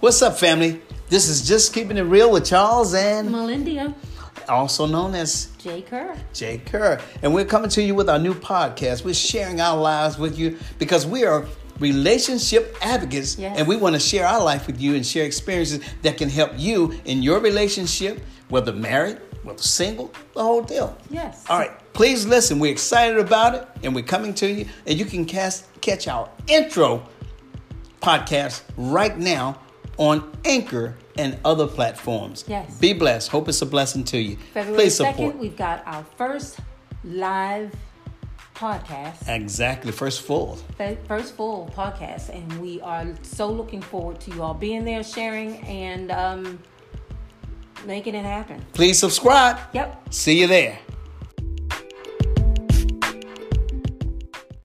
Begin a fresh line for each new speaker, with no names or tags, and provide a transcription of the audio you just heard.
What's up, family? This is Just Keeping It Real with Charles
Mm.
and
Melinda
also known as
J. Kerr.
Jay Kerr. And we're coming to you with our new podcast. We're sharing our lives with you because we are relationship advocates
Yes.
and we want to share our life with you and share experiences that can help you in your relationship, whether married, whether single, the whole deal.
Yes.
All right, please listen. We're excited about it and we're coming to you. And you can cast, catch our intro podcast right now on Anchor and other platforms.
Yes.
Be blessed. Hope it's a blessing to you.
February
please
2nd,
support.
we've got our first live podcast,
Exactly. First full.
the first full podcast, and we are so looking forward to you all being there, sharing, and um, making it happen.
Please subscribe.
Yep.
See you there.